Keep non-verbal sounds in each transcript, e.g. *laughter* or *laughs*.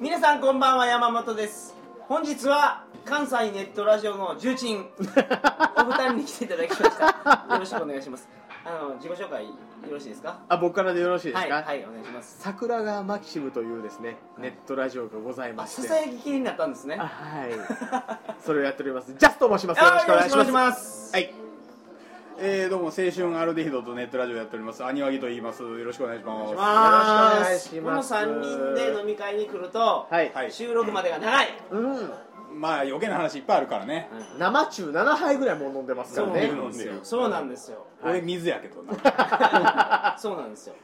皆さんこんばんは山本です本日は関西ネットラジオの重鎮 *laughs* お二人に来ていただきましたよろしくお願いしますあの自己紹介よろしいですかあ僕からでよろしいですか、はいはいお願いします桜川マキシムというですね、はいネットラジオがございあましさてさやき気になったんですねあはい *laughs* それをやっておりますジャストと申しますよろしくお願あよろいしますしくお願いしますはいえー、どうも青春アルデヒドとネットラジオやっておりますアニワギと言いますよろしくお願いしまよろしますくおあ願いしますこの3人で飲み会に来ると、はい、はい収録までが長いうんまあ余計な話いっぱいあるからね、生中7杯ぐらいもう飲んでますかそうらなねんですよそうなんですよ俺水やけどなそうなんですよ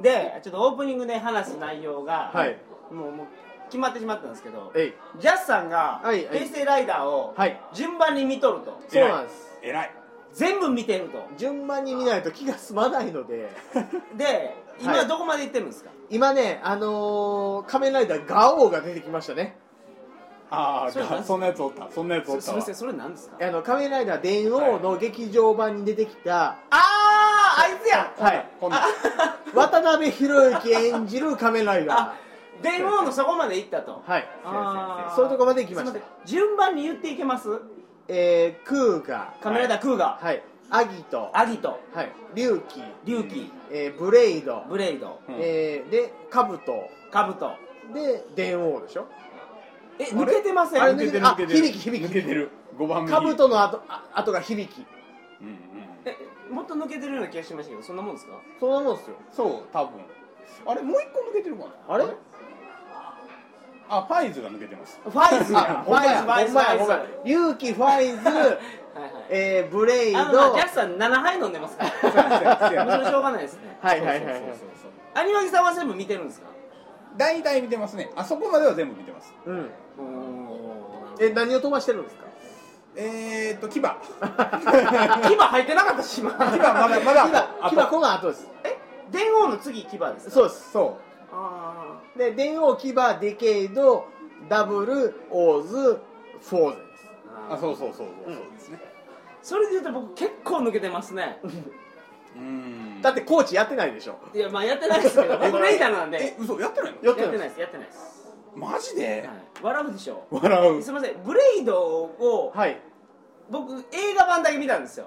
でちょっとオープニングで話す内容が、はいもうもう決まってしまったんですけどえいジャスさんが「はいはい平成ライダー」をはい順番に見とると、そうなんです偉い全部見てると順番に見ないと気が済まないので *laughs* では今いどこまで行ってるんですか、今ねあのー、仮面ライダーガオーが出てきましたねああそうなんそんなやつおったそんなやつおそっすたみわませんそれ何ですかあの仮面ライダー電王の劇場版に出てきた、あーあいつやはい、こんなん渡辺裕之演じる仮面ライダあ電王のそこまで行ったとー *laughs* はいあーそういうとこまで行きましすたいせん順番に言っていけますえー、クーガカメラだクーガはいアギトアギトはい龍騎、龍騎えー、ブレイド、ブレイドうんえー、でカブトカブトで電王でしょえ抜けてませんあれ抜けてるあ抜けてる響き響き抜けてる5番目カブトの後あ後が響きうんうんえもっと抜けてるような気がしましたけどそんなもんですかそんなもんですよそう多分あれもう一個抜けてるかなあれあファイズが抜けてます *laughs* ファイズあやほんまやファイほズんファまやイズほんまや龍騎ファイズはいはいえー、ブレイドあの、まあ、ジャスさん7杯飲んでますからそそうやそうやそうれはしやょうがないですねはいはいはいはいそうそうそうそうアニマギさんは全部見てるんですか大体見てますねあそこまでは全部見てますうんええ何を飛ばしてるんですかえーっと牙牙ま牙入ってなかったし今 *laughs* だまキだバキバこの後ですえ電王の次牙ですそううですそあで電王キバデケイドダブルオーズフォーゼですーうああーそうそうそうそうそうですねそれで言うと僕結構抜けてますねうんだってコーチやってないでしょいやまあやってないですけど僕レイダーなんえで嘘やってないのやっやてっなていないでですやってないです、マジはでい、笑うでしょ笑うすいませんブレイドをすはい僕映画版だけ見たんですよ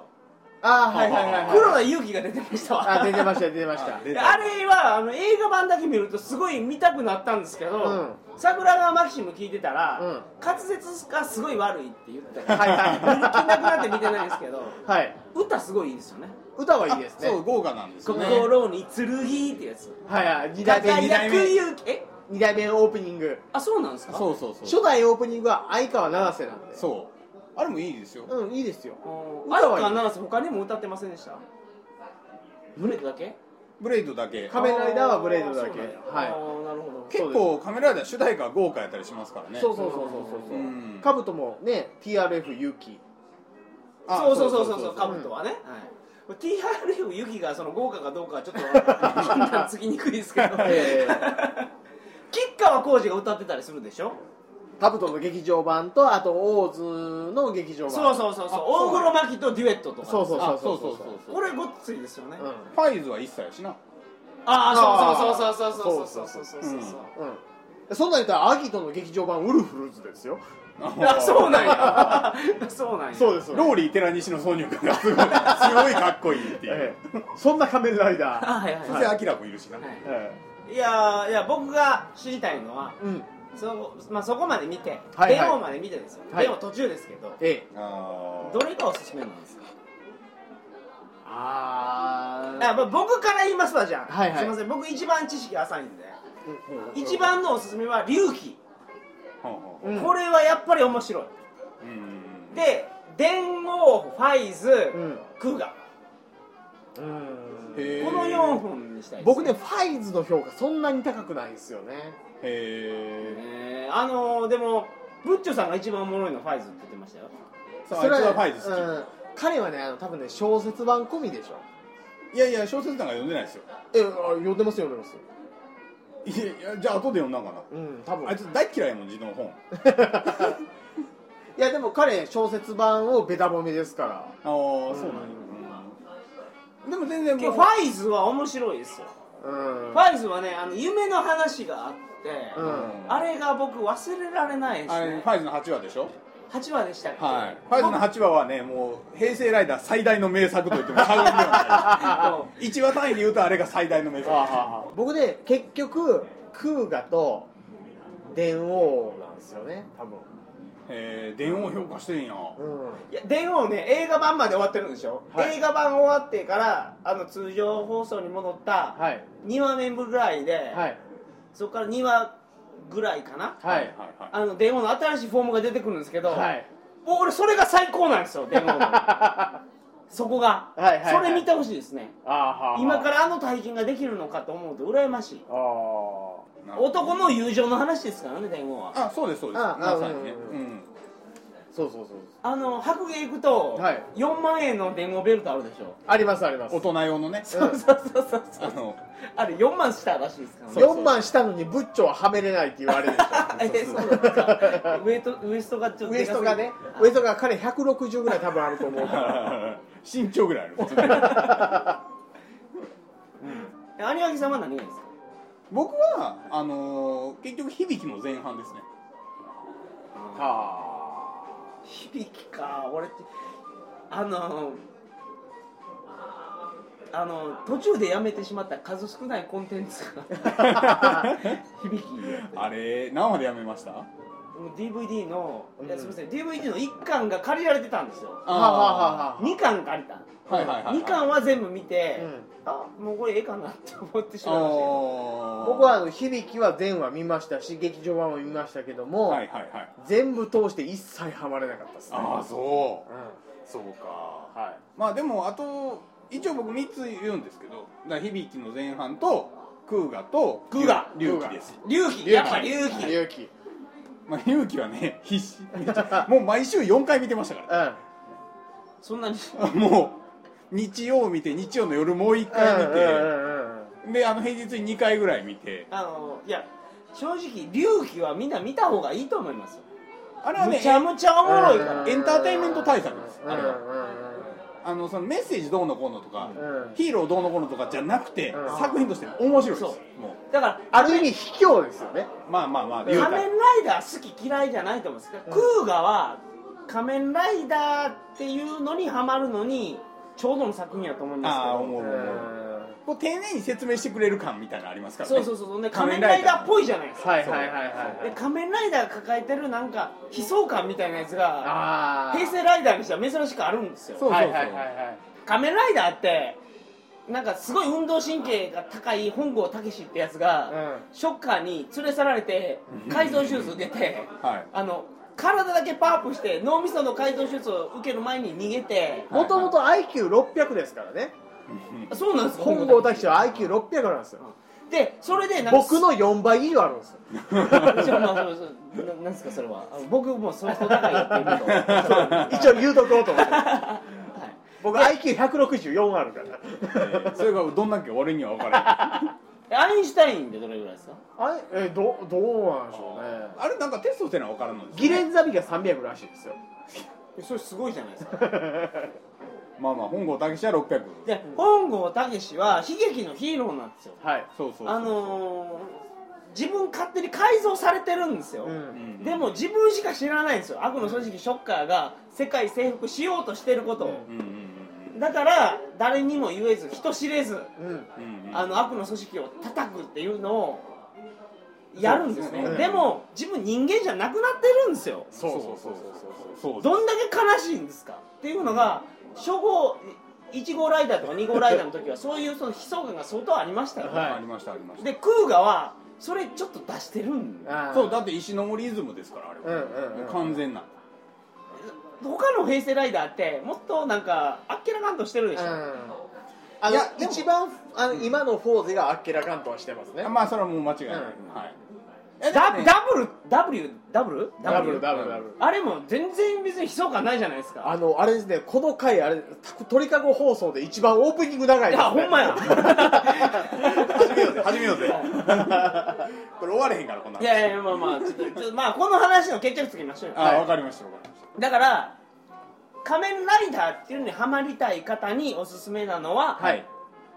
あーはいはいはいはい黒田祐希が出てましたわあ出てました出てましあた出であれはあの映画版だけ見るとすごい見たくなったんですけど、うん桜川マキシム聞いてたら、うん滑舌がすごい悪いって言ってたかはらいはい聞きなくなって見てないんですけどはい歌すごいいいですよね歌はいいですねそう豪華なんですよね心に剣ってやつはいはい二代目二代輝目く勇気え二代目オープニングあそうなんですかそうそうそう初代オープニングは相川七瀬なんでそうあれもいいですようんいいですようん歌相はいい川七瀬他にも歌ってませんでしたブレイドだけブレイドだけ仮面ライダーはブレイドだあーけそうなんやはいあーなるほどけ結構カメライダー主題歌は豪華やったりしますからねそうそうそうそうそうそううんカブトもね TRF ユキあそうそうそうそうそうカうブトはね、はい、TRF ユキがその豪華かどうかはちょっと判断つきにくいですけどええ吉川晃司が歌ってたりするでしょカブトの劇場版とあとオーズの劇場版そうそうそうそうあ大黒摩季とデュエットとかそうそうあそうそうそうそうこれごっついですよね、うんファイズは一切やしなあああーそうそうそうそうそうそうそうそうそうそううんそんなん言ったらアギトの劇場版ウルフルズですよあそうなんやそうなんやそうですローリー寺西の挿入歌がすごいすごいかっこいいっていうええそんな仮面ライダー、 *laughs* あはいはいそはしい、てアキラもいるしなはいえいやーいや僕が知りたいのはえうんそ,、まあ、そこまで見て、はいはい電話まで見てですよ、はい電話途中ですけどええあどれがおすすめなんですかああまあ僕から言いますわじゃあ、はいはいすいません僕一番知識浅いんでー一番のおすすめは龍騎、あはうんこれはやっぱり面白いあうんで電王ファイズ、うんクーガうんへえこの4本にしたいです僕ねファイズの評価そんなに高くないんですよねへええーあのーでもブッチョさんが一番おもろいのはファイズって言ってましたよそうあいつはファイズ好うん彼はねあの多分ね小説版込みでしょきいやいや小説なんか読んでないですよえあ読んでますよ読んでますよいやいやじゃあ後で読んだんかなうん多分あいつ大嫌いやもん自動本 *laughs* いやでも彼小説版をベタ褒めですからああそうなんや、うんでも全然けどもうファイズは面白いですようんファイズはねあの夢の話があって、うんあれが僕忘れられないですあれねファイズの8話でしょ8話でしたっけ、はいファイズの8話はねもう平成ライダー最大の名作と言っても過言ではあ *laughs* ない1話単位で言うとあれが最大の名作 *laughs* 僕で結局クーガと電王なんですよね多分えー電王評価してんやうんいや電王ね映画版まで終わってるんでしょ、はい映画版終わってからあの通常放送に戻ったはい2話目ぐらいで、はいそこから2話ぐらいかなはいはいはいあの電王の新しいフォームが出てくるんですけど、 *laughs* はいもう俺それが最高なん *laughs* ですよ電王のそこが、はいはいはいそれ見てほしいですねあーはー今かららあの体験ができるのかと思うと羨ましいあーなるほど男の友情の話ですからね電王はあそうですそうですああまさにねうんううんんそうそうそうあの白芸行くとはい4万円の電話ベルトあるでしょ、ありますあります大人用のねうんそうそうそうそ *laughs* あうの *laughs* あれ4万したらしいですからそうそう4万したのにブッチョははめれないって言われるでしあえそうなんですかウエトウエストがちょっょと *laughs* ウエストがねあウエストが彼160ぐらい多分あると思 *laughs* うから身長ぐらいある普通 *laughs* に有明さんは何がいいですか僕はあのー結局響きの前半ですねは響きか俺ってあのあの途中でやめてしまった数少ないコンテンツ *laughs* が響きあれ何話でやめましたもう DVD の、いやうんすみません DVD の1巻が借りられてたんですよあはあはあは2巻借りたはいはいはいはい2巻は全部見て、うんあもうこれええかなって思ってしあまいましたけどー僕はあの響きは全話見ましたし劇場版も見ましたけども、はいはいはい全部通して一切ハマれなかったですねああそううそうかんはいまあでもあと一応僕3つ言うんですけどだから響きの前半とクーガとクーガ龍騎です、龍騎やっぱ龍騎勇気まあ、龍騎はね必死もう毎週4回見てましたからうんそんなにあもう日曜見て日曜の夜もう1回見て、うんうんうんうんであの平日に2回ぐらい見てあのいや正直龍騎はみんな見た方がいいと思いますよあれはねむちゃむちゃおもろいかうらんエンターテインメント対策ですうんあれはうあのそのメッセージどうのこうのとか、んうんうんヒーローどうのこうのとかじゃなくて、うん作品として面白いですそもだからある意味卑怯ですよねうまあまあまあ仮言う面たらライダー好き嫌いじゃないと思うんですけど、うんクーガは仮面ライダーっていうのにハマるのにちょうどの作品やと思いますけどああ思う思う思ううんこう丁寧に説明してくれる感みたいなのありますからねそうそうそうで仮仮面面ラライイダダーーっぽいじゃないですかはいはいはいはいはでい仮面ライダーが抱えてるなんか悲壮感みたいなやつがあー平成ライダーにしては珍しくあるんですよそうはいはいはいはい仮面ライダーってなんかすごい運動神経が高い本郷武史ってやつが、うんショッカーに連れ去られて改造手術受けてはいあの体だけパワーアップして脳みその改造手術を受ける前に逃げてもともと IQ600 ですからねあそうなんですか本郷だ大使は IQ600 なんですよでそれでなんか僕の4倍以上あるんです *laughs* よちょまあ *laughs* そうそうななんですかそれはあ僕もうそれほど高いよって言うとはい一応言うとこうと思って僕 IQ164 あるかえーそれがどんなんか俺には分からないえアインシュタインでどれぐらいですからあれえどどうなんでしょうねあれなんかテストってのは分からんのですギよレンザビが300らしいですよそれすごいじゃないですかまあまあ本郷武史は600で本郷武史は悲劇のヒーローなんですよはいそうそうそうあのー自分勝手に改造されてるんですよ、うんうんでも自分しか知らないんですよ悪の組織ショッカーが世界征服しようとしてることをう、んうんうんだから誰にも言えず人知れずうんうんうんあの悪の組織を叩くっていうのをやるんですねそうでですねも自分人間じゃなくなってるんですよそうそうそうそうそうどんだけ悲しいんですかっていうのが初号1号ライダーとか2号ライダーの時はそういうその悲壮感が相当ありましたよ、ねはいありましたありましたでクーガはそれちょっと出してるんであーそうだって石の森イズムですからあれはうんうんうんもう完全な他の平成ライダーってもっとなんかあっけらかんとしてるでしょ、あいやのでも一番あの今のフォーゼがあっけらかんとはしてますねあまあそれはもう間違いうないんはいダダブル W ダブルダブルダダブブルルダダブブルルあれも全然別に悲壮感ないじゃないですかあのあれですねこの回あれた鳥かご放送で一番オープニング長いいです、ね、やほんまや *laughs* 始めようぜ始めようぜ *laughs* これ終われへんからこんないやいやまあまあちょっとちょっとまあこの話の決着つけましょうよあーわかりましたわかりましだから仮面ライダーっていうのにハマりたい方におすすめなのは、たはい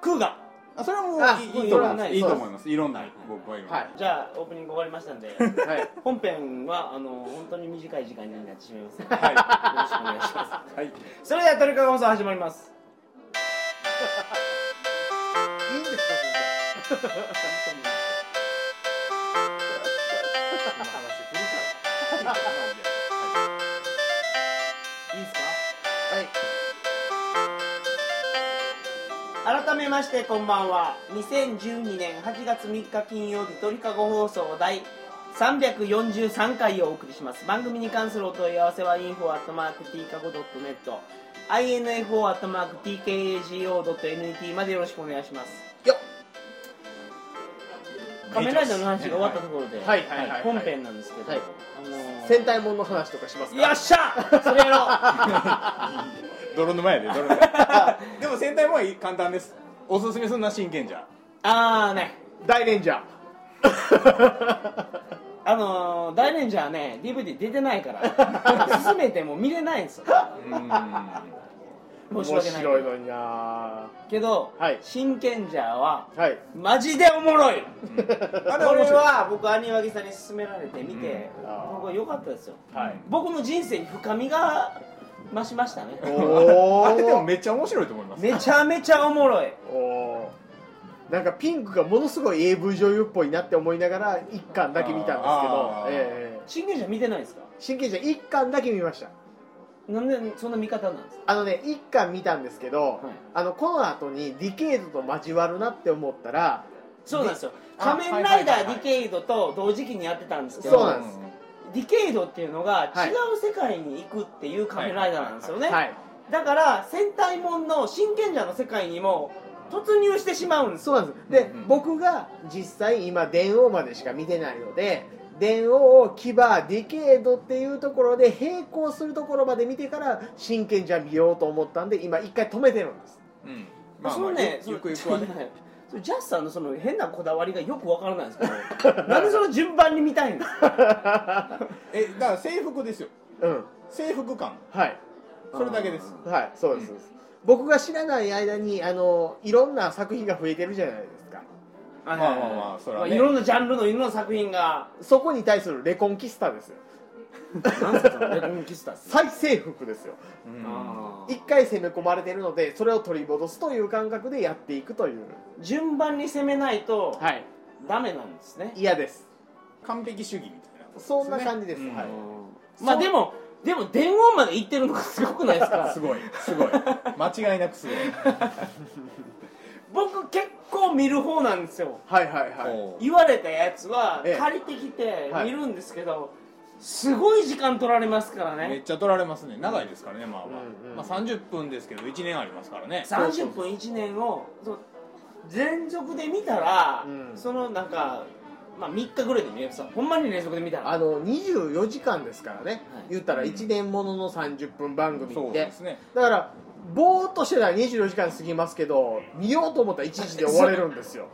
クーガあそれはもあういいいいそとれ思はいなますいいいと思いますいろんな僕は今、はいじゃあオープニング終わりましたんで *laughs* はい本編はあの本当に短い時間になってしまいますので、はいよろしくお願いしまはい、すそれではトリカゴ放送始まりますいいんですかいいですかはい改めましてこんばんは2012年8月3日金曜日鳥かご放送第343回をお送りします番組に関するお問い合わせは info.tkago.net info.tkago.net までよろしくお願いしますよ仮面ライダーの話が終わったところで、はいはいはいはい本編なんですけど、はいあのーっ戦隊もんの話とかしますかよっしゃそれやろ *laughs* う泥沼やで泥沼でも戦隊も簡単ですおすすめすんな真剣じゃああね大レンジャーあのー、大レンジャーね DVD 出てないから *laughs* 進めても見れないんですよ申し面訳ないけど白いのになけど、はい真剣ジャーははいマジでおもろいこあれれ面白いは僕兄脇さんに勧められて見て、うんあー僕は良かったですよはい僕の人生に深みが増しましたねおーあれ *laughs* でもめっちゃ面白いと思いますめちゃめちゃおもろいおーなんかピンクがものすごい AV 女優っぽいなって思いながら一巻だけ見たんですけあどー、ええええ真剣ジャー見てないですか真剣じゃ一巻だけ見ましたなんでそんな見方なんですかあのね一巻見たんですけど、いあのこの後にディケイドと交わるなって思ったらそうなんですよ「あ仮面ライダはいーデはいはいィケイド」と同時期にやってたんですけそうどなんですディケイドっていうのがはい違う世界に行くっていう仮面ライダーなんですよねはいだから戦隊もんの真剣者の世界にも突入してしまうんですそうなんですで、うんうん僕が実際今電王までしか見てないので電王を牙ディケイドっていうところで並行するところまで見てから真剣じゃ見ようと思ったんで今一回止めてるんですうんまあ、そのね、ゆゆくゆくはねそのそのジャスさんのその変なこだわりがよくわからないんですけど、なんでその順番に見たいんですか。えだから制服ですようん制服感はいそれだけですはいそうです、そうです僕が知らない間にあのいろんな作品が増えてるじゃないですかまあまあまあまあそれはねいろんなジャンルのいろんな作品が。そこに対するレコンキスタですよなんですか、そのレコンキスタス。再征服ですようんあー一回攻め込まれてるのでそれを取り戻すという感覚でやっていくという順番に攻めないと、はいダメなんですね。嫌です完璧主義みたいなことですねそんな感じですうんはいうんまあ、でも、でも伝言まで行ってるのがすごくないですかす。ごいすごい間違いなくすごい僕結構見る方なんですよ。はいはいはいおう言われたやつはええ借りてきてはい見るんですけど、すごい時間取られますからめっねちゃ取られますね長いですからねまあまあうんうんまあ30分ですけど1年ありますからねそうそう30分1年をそう連続で見たら、うんそのなんか、まあ、3日ぐらいで見れますほんまに連続で見たらあの24時間ですからね、はい言ったらうん1年ものの30分番組そうってですねだからぼーっとしてたら24時間過ぎますけど見ようと思ったら1時で終われるんですよ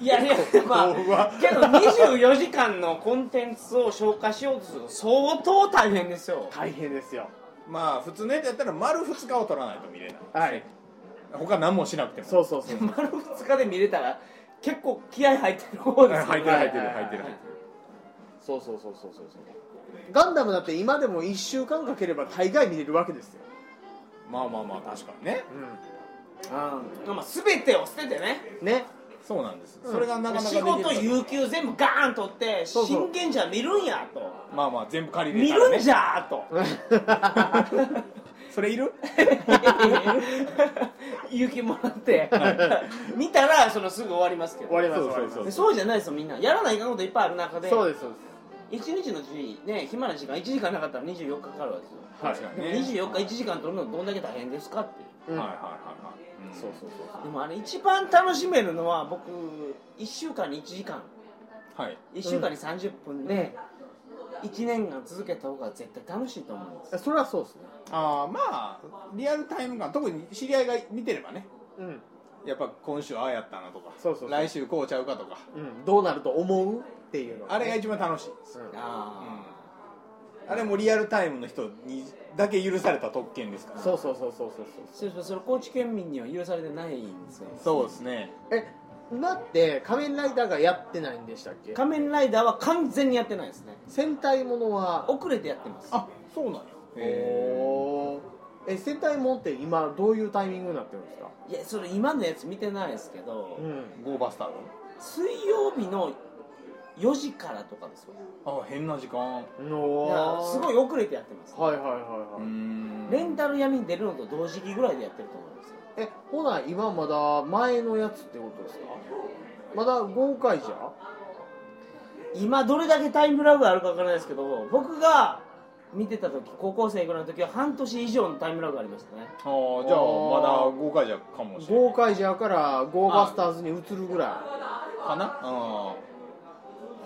いやいやま豆腐はあけど24時間のコンテンツを消化しようとすると相当大変ですよ大変ですよまあ普通のやつやったら丸2日を取らないと見れないはい他何もしなくてもそうそうそう丸2日で見れたら結構気合入ってる方ですよね入ってる入ってるはい入ってるそうそうそうそうそうそうガンダムだって今でも1週間かければ大概見れるわけですよ、まあまあまあ確かにねうん、あまあ、全てを捨ててねあねそうなんですうんそれがなかなかで仕きなか事った有給全部ガーン取ってそうそう真剣じゃ見るんやとまあまあ全部借り見れたらるねんじゃーと *laughs* それいる有給もらって見たらそのすぐ終わりますけど終わりますそうそうそう終わりでますそうじゃないですよみんなやらないかんこといっぱいある中でそうですそうです一日のうちね暇な時間1時間なかったら24日かかるわけですよ確かにねでも24日1時間取るのどんだけ大変ですかっていううんはいはいはいはい、うんそうそうそうでもあれ一番楽しめるのは僕1週間に1時間はい1週間に30分で1年間続けた方が絶対楽しいと思うんですそうそれはそうですねあーまあリアルタイム感特に知り合いが見てればねうんやっぱ今週ああやったなとかそうそうそう来週こうちゃうかとかうん、どうなると思うっていうのあれがね一番楽しいです、うんあうんあれもリアルタイムの人にだけ許された特権ですからそうそうそうそうそうそうあそうそうそれ高知県民には許されてないんですよそうですねえ今って仮面ライダーがやってないんでしたっけ仮面ライダーは完全にやってないですね戦隊ものは遅れてやってますあそうなんやへおーえ戦隊ものって今どういうタイミングになってるんですかいやそれ今のやつ見てないですけど、うんーゴーバスターズ水曜日の4時からとかですよあ変な時だ間からすごいはい遅れてやってます、はいはいはうい、んレンタル闇に出るのと同時期ぐらいでやってると思うんですよえほな今まだ前のやつってことですかまだ豪快じゃ今どれだけタイムラグがあるかわからないですけど僕が見てた時高校生ぐらいの時は半年以上のタイムラグがありましたねあーじゃあまだ豪快じゃかもしれな豪い快じゃからゴーバスターズに移るぐらいかなあ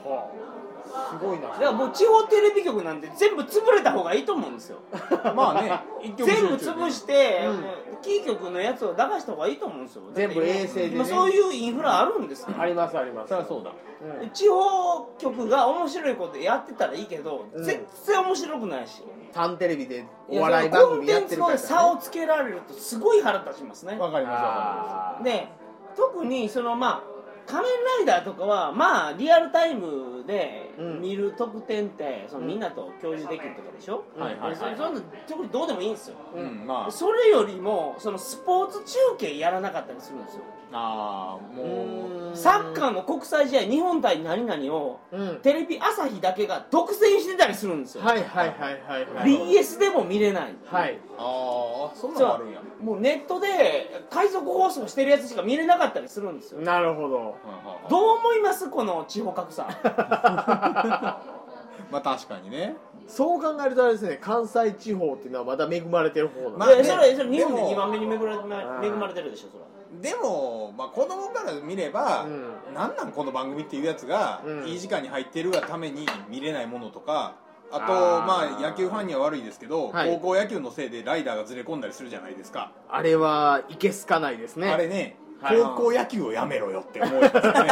はあすごいなだからもう地方テレビ局なんて全部潰れた方がいいと思うんですよーまあね一曲全部潰して、うんキー局のやつを流した方がいいと思うんですよ全部衛星でね今そういうインフラあるんですからありますありますそりゃそうだうん地方局が面白いことやってたらいいけど、うん絶対面白くないしサンテレビでお笑い番組やってるコかンテらンツの差をつけられるとすごい腹立ちますねわかりますわかりまで特にそのまあ仮面ライダーとかはまあリアルタイムでうん見る特典って、そのうんみんなと共有できるとかでしょ、すはいはいでそはれいそんな特にどうでもいいんですようんまあそれよりもそのスポーツ中継やらなかったりするんですよああもうサッカーの国際試合日本対何々をーうんテレビ朝日だけが独占してたりするんですよ、はいはいはいはいはい BS でも見れないはいああそんなそのあるんやうもうネットで海賊放送してるやつしか見れなかったりするんですよなるほどうんどう思いますこの地方格差まあ確かにねそう考えるとあれですね関西地方っていうのはまだ恵まれてる方なんまであねいやそれそれ日本ででも2番目に恵まれてあなー恵まれてるでしょそれはでも、まあ、子供から見れば、うなんなんこの番組っていうやつが、うんいい時間に入ってるがために見れないものとかあとあーまあ野球ファンには悪いですけど、はい高校野球のせいでライダーがずれ込んだりするじゃないですか、あれはいけすかないですねあれね、はい高校野球をやめろよって思いますよね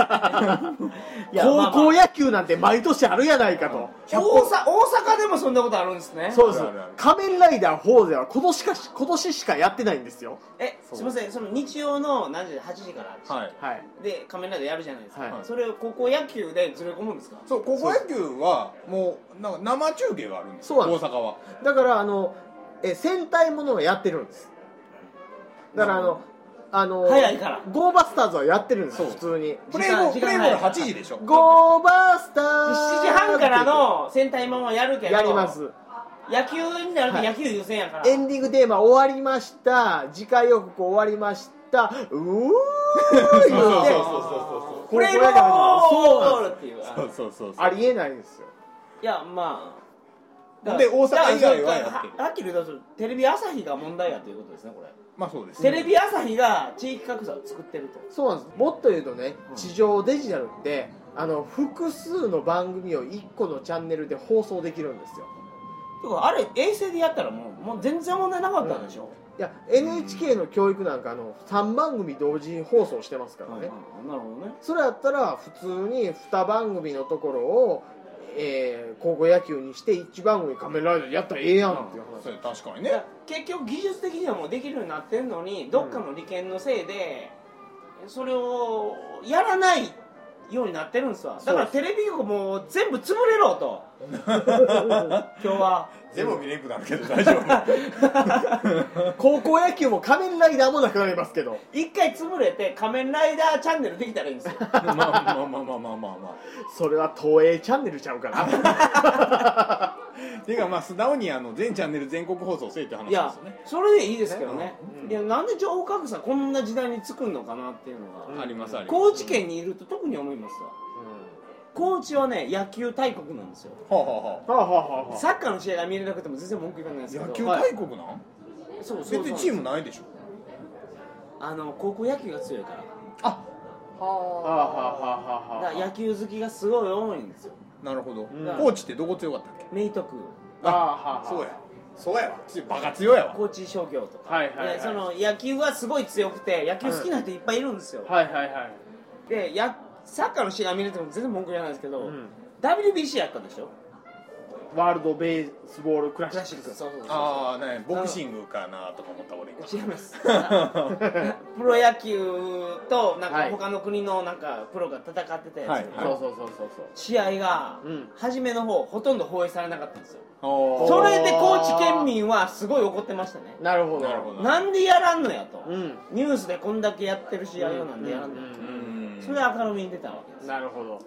いや高校まあまあ野球なんて毎年あるやないかと、大阪大阪でもそんなことあるんですねそうですあるある仮面ライダーフォーゼは今年かし今年しかやってないんですよえすいませんその日曜の何時で8時からで,、はいはいで仮面ライダーやるじゃないですか、はいそれを高校野球でずれ込むんですかそう高校野球はもうなんか生中継があるんですそようなんで大す阪はだからあのえ戦隊ものをやってるんですだからあの、あの早いからゴーバスターズはやってるんですそう普通にプレーボー時ル間プレーボール8時でしょゴーバスター7時半からの戦隊もんはやるけどやります野球になるとはい野球優先やから、エンディングテーマ終わりました次回予告終わりましたうーそう言そううそうてそプレイボそうなんーですルっていううそうそうそうそうそうありえないんですよいやまあで大阪以外はやだっかてるらはっきり言うとテレビ朝日が問題やということですねこれ、まあそうですテレビ朝日が地域格差を作ってるとそうなんですもっと言うとね地上デジタルってあの複数の番組を1個のチャンネルで放送できるんですよてかあれ衛星でやったらもうもう全然問題なかったんでしょ、いや NHK の教育なんかあの3番組同時放送してますからね、はいはいなるほどねそれやったら普通に2番組のところを、えー高校野球にして1番組仮面ライダーやったらええやんっていうそ話、れ確かにいやね結局技術的にはもうできるようになってんのにどっかの利権のせいで、それをやらないようになってるんですわだからテレビ局もう全部潰れろ *laughs* と今日は全部見れんくなるけど大丈 *laughs* 夫高校野球も仮面ライダーもなくなりますけど一回潰れて仮面ライダーチャンネルできたらいいんですよまあまあまあまあまあまあまそれは東映チャンネルちゃうかなあていうかまあ素直にあの全チャンネル全国放送せえって話いですやよねそれでいいですけどね、うんいやなんで情報格差こんな時代に作るのかなっていうのが、うんありますあります高知県にいると特に思いますわ高知はね野球大国なんですよはあははあはあはあはあサッカーの試合が見れなくても全然文句言わないんですあけど野球大国なん、そうそうそう別にチームないでしょあの高校野球が強いからあはあははあだはから野球好きがすごい多いんですよあなるほど、ん高知ってどこ強かったっけ明徳あはあはあそうやそうやわつバカ強やわ高知商業とか、はいはいはいでその野球はすごい強くて野球好きな人いっぱいいるんですよ、はいはいはいでやサッカーの試合見れても全然文句言わないんですけど、ん WBC やったでしょワールドベースボールクラシックそうそうそうああねボクシングかなとか思った俺今違います *laughs* プロ野球となんはかい他の国のなんかプロが戦ってたやつ、はいそうそうそうそうそう試合がうん初めの方ほとんど放映されなかったんですよおーそれで高知県民はすごい怒ってましたねなるほどなるほどなんでやらんのやと、うんニュースでこんだけやってる試合をなんでやらんのやと、それは明るみに出たわけですなるほど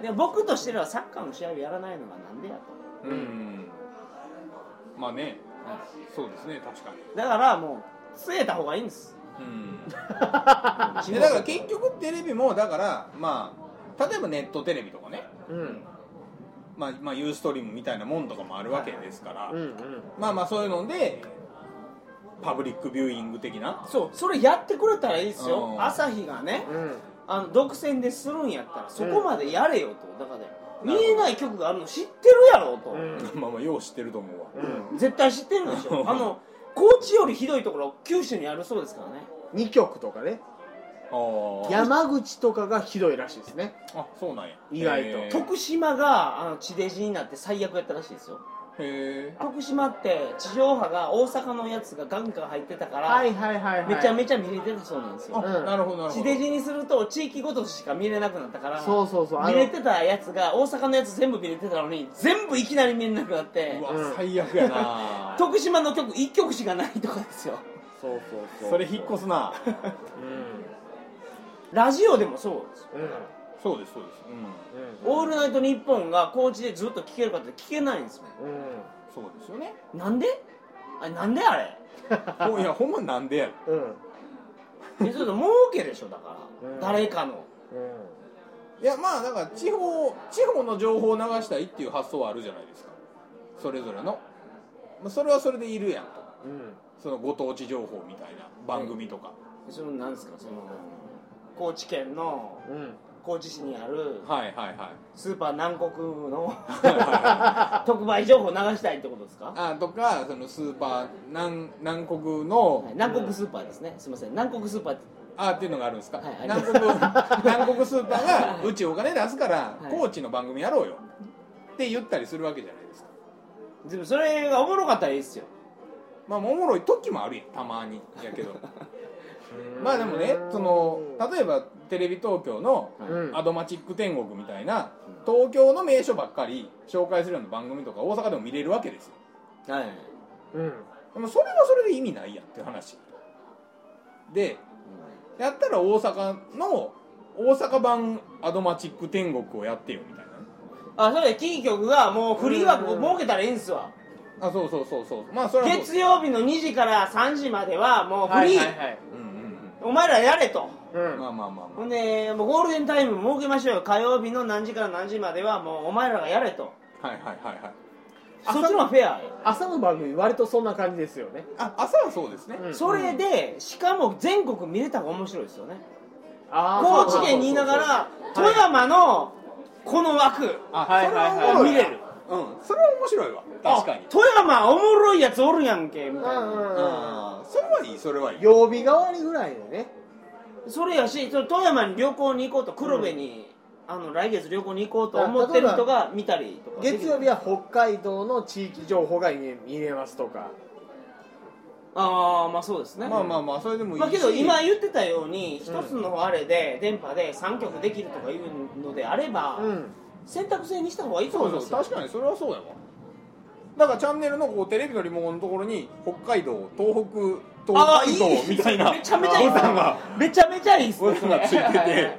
で僕としてはサッカーの試合をやらないのがなんでやとうん、まあねそうですね確かにだからもう据えた方がいいんです *laughs* うん、でだから結局テレビもだからまあ例えばネットテレビとかねうんまあ、まあ、ユーストリームみたいなもんとかもあるわけですから、うんうんまあまあそういうのでパブリックビューイング的な *laughs* そうそれやってくれたらいいですうよん朝日がねうんあの独占でするんやったらそこまでやれよとだからなるほど見えない曲があるの知ってるやろと、うんまあまあよう知ってると思うわ、うん絶対知ってるでしょあの高知よりひどいところ九州にあるそうですからね2曲とかねあー山口とかがひどいらしいですねあそうなんや意外とへー徳島があの地デジになって最悪やったらしいですよへ徳島って地上波が大阪のやつがガンガン入ってたから、はいはいはいはいめちゃめちゃ見れてたそうなんですーあ、ようんなるほどなるほ地どデジにすると地域ごとしか見れなくなったからそうそうそうあの見れてたやつが大阪のやつ全部見れてたのに全部いきなり見れなくなってうわ、うん最悪や *laughs* な徳島の曲1曲しかないとかですよそうそうそうそれ引っ越すな *laughs* ラジオでもそうですようんうんそうですそうです「うんオールナイトニッポン」が高知でずっと聴けるかって聞けないんですようんそうですよねなんであれなんであれほいやほんまなんでやろうんえちょっと儲けでしょだ *laughs* から、うん誰かのうんいやまあだから地方地方の情報を流したいっていう発想はあるじゃないですかそれぞれのまあそれはそれでいるやんとうんそのご当地情報みたいな番組とか、そのなんですかその高知県のうん高知市にあるはいはいはいスーパー南国のはいはいはい特売情報流したいってことですかあとかそのスーパー南南国の、はい南国スーパーですね、すみません南国スーパーってあっていうのがあるんですか、はいあります *laughs* 南国南国スーパーがうちお金出すから、はい高知の番組やろうよって言ったりするわけじゃないですかでもそれがおもろかったらいいですよまあおもろい時もあるやんたまにやけどまあでもねその例えばテレビ東京のはいうん「アドマチック天国」みたいな東京の名所ばっかり紹介するような番組とか大阪でも見れるわけですよはいうんでもそれはそれで意味ないやんっていう話でやったら大阪の大阪版アドマチック天国をやってよみたいなあそれでキー局がもうフリー枠を設けたらいいんですわあそうそうそうそうまあそれはそう月曜日の2時から3時まではもうフリー、うんうんお前らやれとうんうんまあまあまあまほんでもうゴールデンタイム設けましょうよ火曜日の何時から何時まではもうお前らがやれとあはいはいはいはいそっちの方がフェアよ朝の番組割とそんな感じですよねあ朝はそうですね、うんそれでしかも全国見れた方が面白いですよねあ高知県にいながら富山のこの枠あはいそれはおもをろい見なれるうんそれは面白いわ確かに富山おもろいやつおるやんけみたいな、うんそれはいいそれはいい曜日代わりぐらいでねそれやしその富山に旅行に行こうと黒部に、あの来月旅行に行こうと思ってる人が見たりとかできる月曜日は北海道の地域情報が見え見れますとかああまあそうですねまあまあまあそれでもいいし、まあけど今言ってたように一つのあれで電波で3曲できるとかいうのであれば、うん選択制にした方がいいとそ思いうまそうすよ確かにそれはそうやわだからチャンネルのこうテレビのリモコンのところに北海道東北ああ東海道みたいなめちゃめちゃいいボタンがめちゃめちゃいいっすボねタンがついててで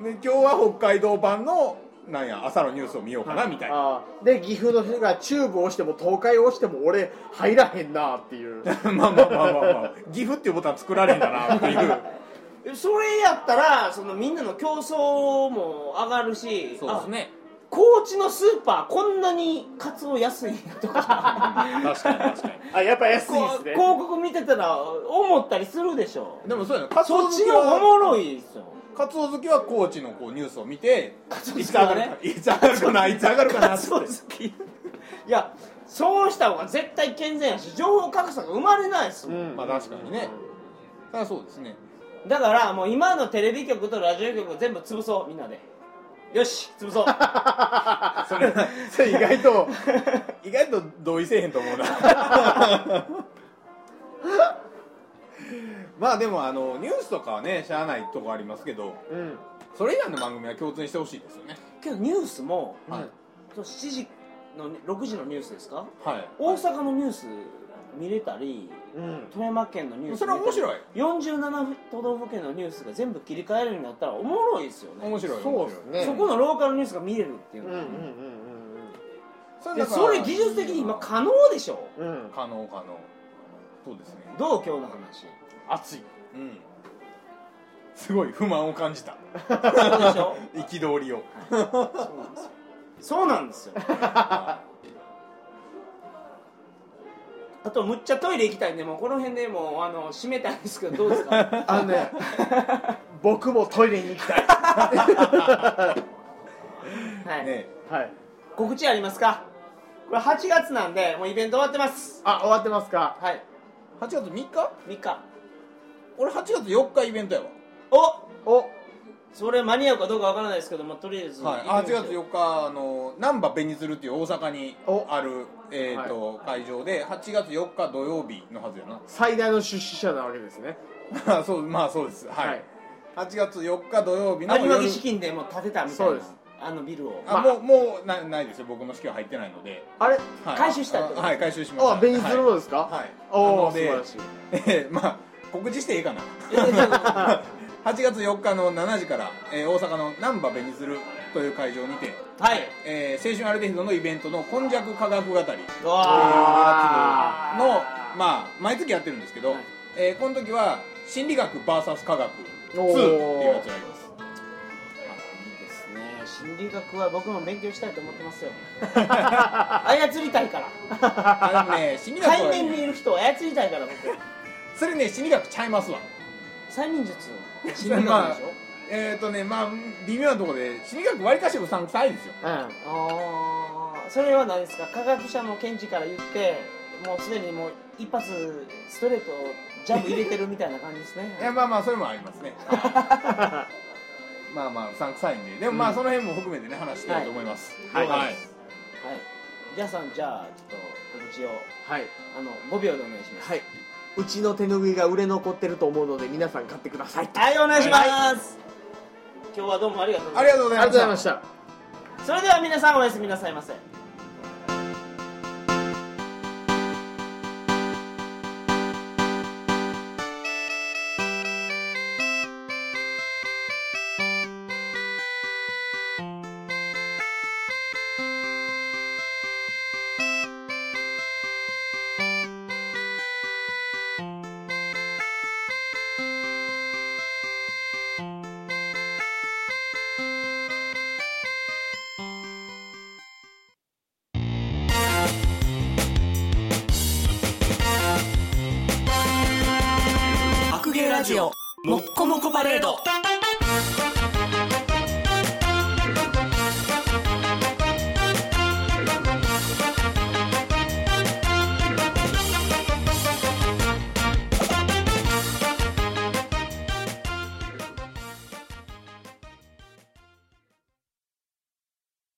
今日は北海道版のなんや朝のニュースを見ようかなみたいなあーで岐阜の人がチューブ押しても東海押しても俺入らへんなっていうまあまあまあまあ、まあ、岐阜っていうボタン作られんだなってい *laughs* うそれやったらそのみんなの競争も上がるしねあ高知のスーパーこんなにカツオ安いなと *laughs* か確かに確かに *laughs* あやっぱ安こう広告見てたら思ったりするでしょでもそうやなカツオそ好っちきの方がおはもろいですよカツオ好きは高知のこうニュースを見てツオ好いきつ上はがるねかいつ上がるかないつ上がるかなカってツオ好き *laughs* いやそうした方が絶対健全やし情報格差が生まれないですもん、まあ確かにねそれはそうですねだからもう今のテレビ *laughs* 局とラジオ局を全部潰そうみんなでよし潰そうそれ意外と意外と同意せえへんと思う *laughs* なまあでもあのニュースとかはねしゃあないとこありますけどうんそれ以外の番組は共通にしてほしいですよねけどニュースも、はいその7時の6時のニュースですかはい大阪のニュース見れたりうん富山県のニュースそれは面白い47都道府県のニュースが全部切り替えるようになったらおもろいですよね面白いそうですねそこのローカルニュースが見れるっていううんのうんは、うんそでだからそれ技術的に今可能でしょうんうん可能可能そうですねどう今日の話熱いうんすごい不満を感 *laughs* じたそうでしょ *laughs* 憤りをそうなんですよそうなんですよはあとむっちゃトイレ行きたいんでもうこの辺でもうあの閉めたいんですけどどうですかあのね僕もトイレに行きたいはいい、ねはい告知ありますかこれ8月なんでもうイベント終わってますあ終わってますかはい8月3日3日俺8月4日イベントやわおおそれ間に合うかどうかわからないですけど、まあ、とりあえずはい、行あってみま8し月ょう4日あの難波ベニズルっていう大阪におある、えーと会場で8月4日土曜日のはずや最大の出資者なわけですねな *laughs* そうまあそうですはい、はい8月4日土曜日の有馬夜木資金でもう建てたみたいそうなですあのビルをあ、まあもうもうなないですよ僕の資金は入ってないので、あれはい、回収したいってあことはい回収しましたあベニズルのですはかい、はい、おなおの素で晴らしいえーまあ告知していいかな *laughs* 8月4日の7時から、えー大阪の難波ベニズルという会場にて、はいえー青春アルデヒドのイベントの「今昔科学語り」うわーの、まあ、毎月やってるんですけど、はいえーこの時は心理学 VS 科学2っておーいうやつがありますいいですね心理学は僕も勉強したいと思ってますよ *laughs* 操りたいからあのね心理学は海面にいねる人を操りたいから僕それね心理学ちゃいますわ催眠術心理学でしょ、えっ、ー、とねまあ微妙なところで心理学わりかしうさんくさいんですようんああーそれは何ですか科学者の見地から言ってもうすでにもう一発ストレートジャブ入れてるみ *laughs* たいな感じですねいやまあまあそれもあります *laughs* ねまあまあうさんくさいんででもまあ、うんその辺も含めてね話してると思いますはいはいはい。じゃあさん、じゃあ、ちょっと告知を、はいあの、5秒でお願いします。はいうちの手ぬぐいが売れ残ってると思うので皆さん買ってくださいはい、お願いします。今日はどうもありがとうござあいまりがとうごありざがとうごいましざいたましたす。それでは皆さんおやすみなさいませ。白芸ラジオもっこもこパレード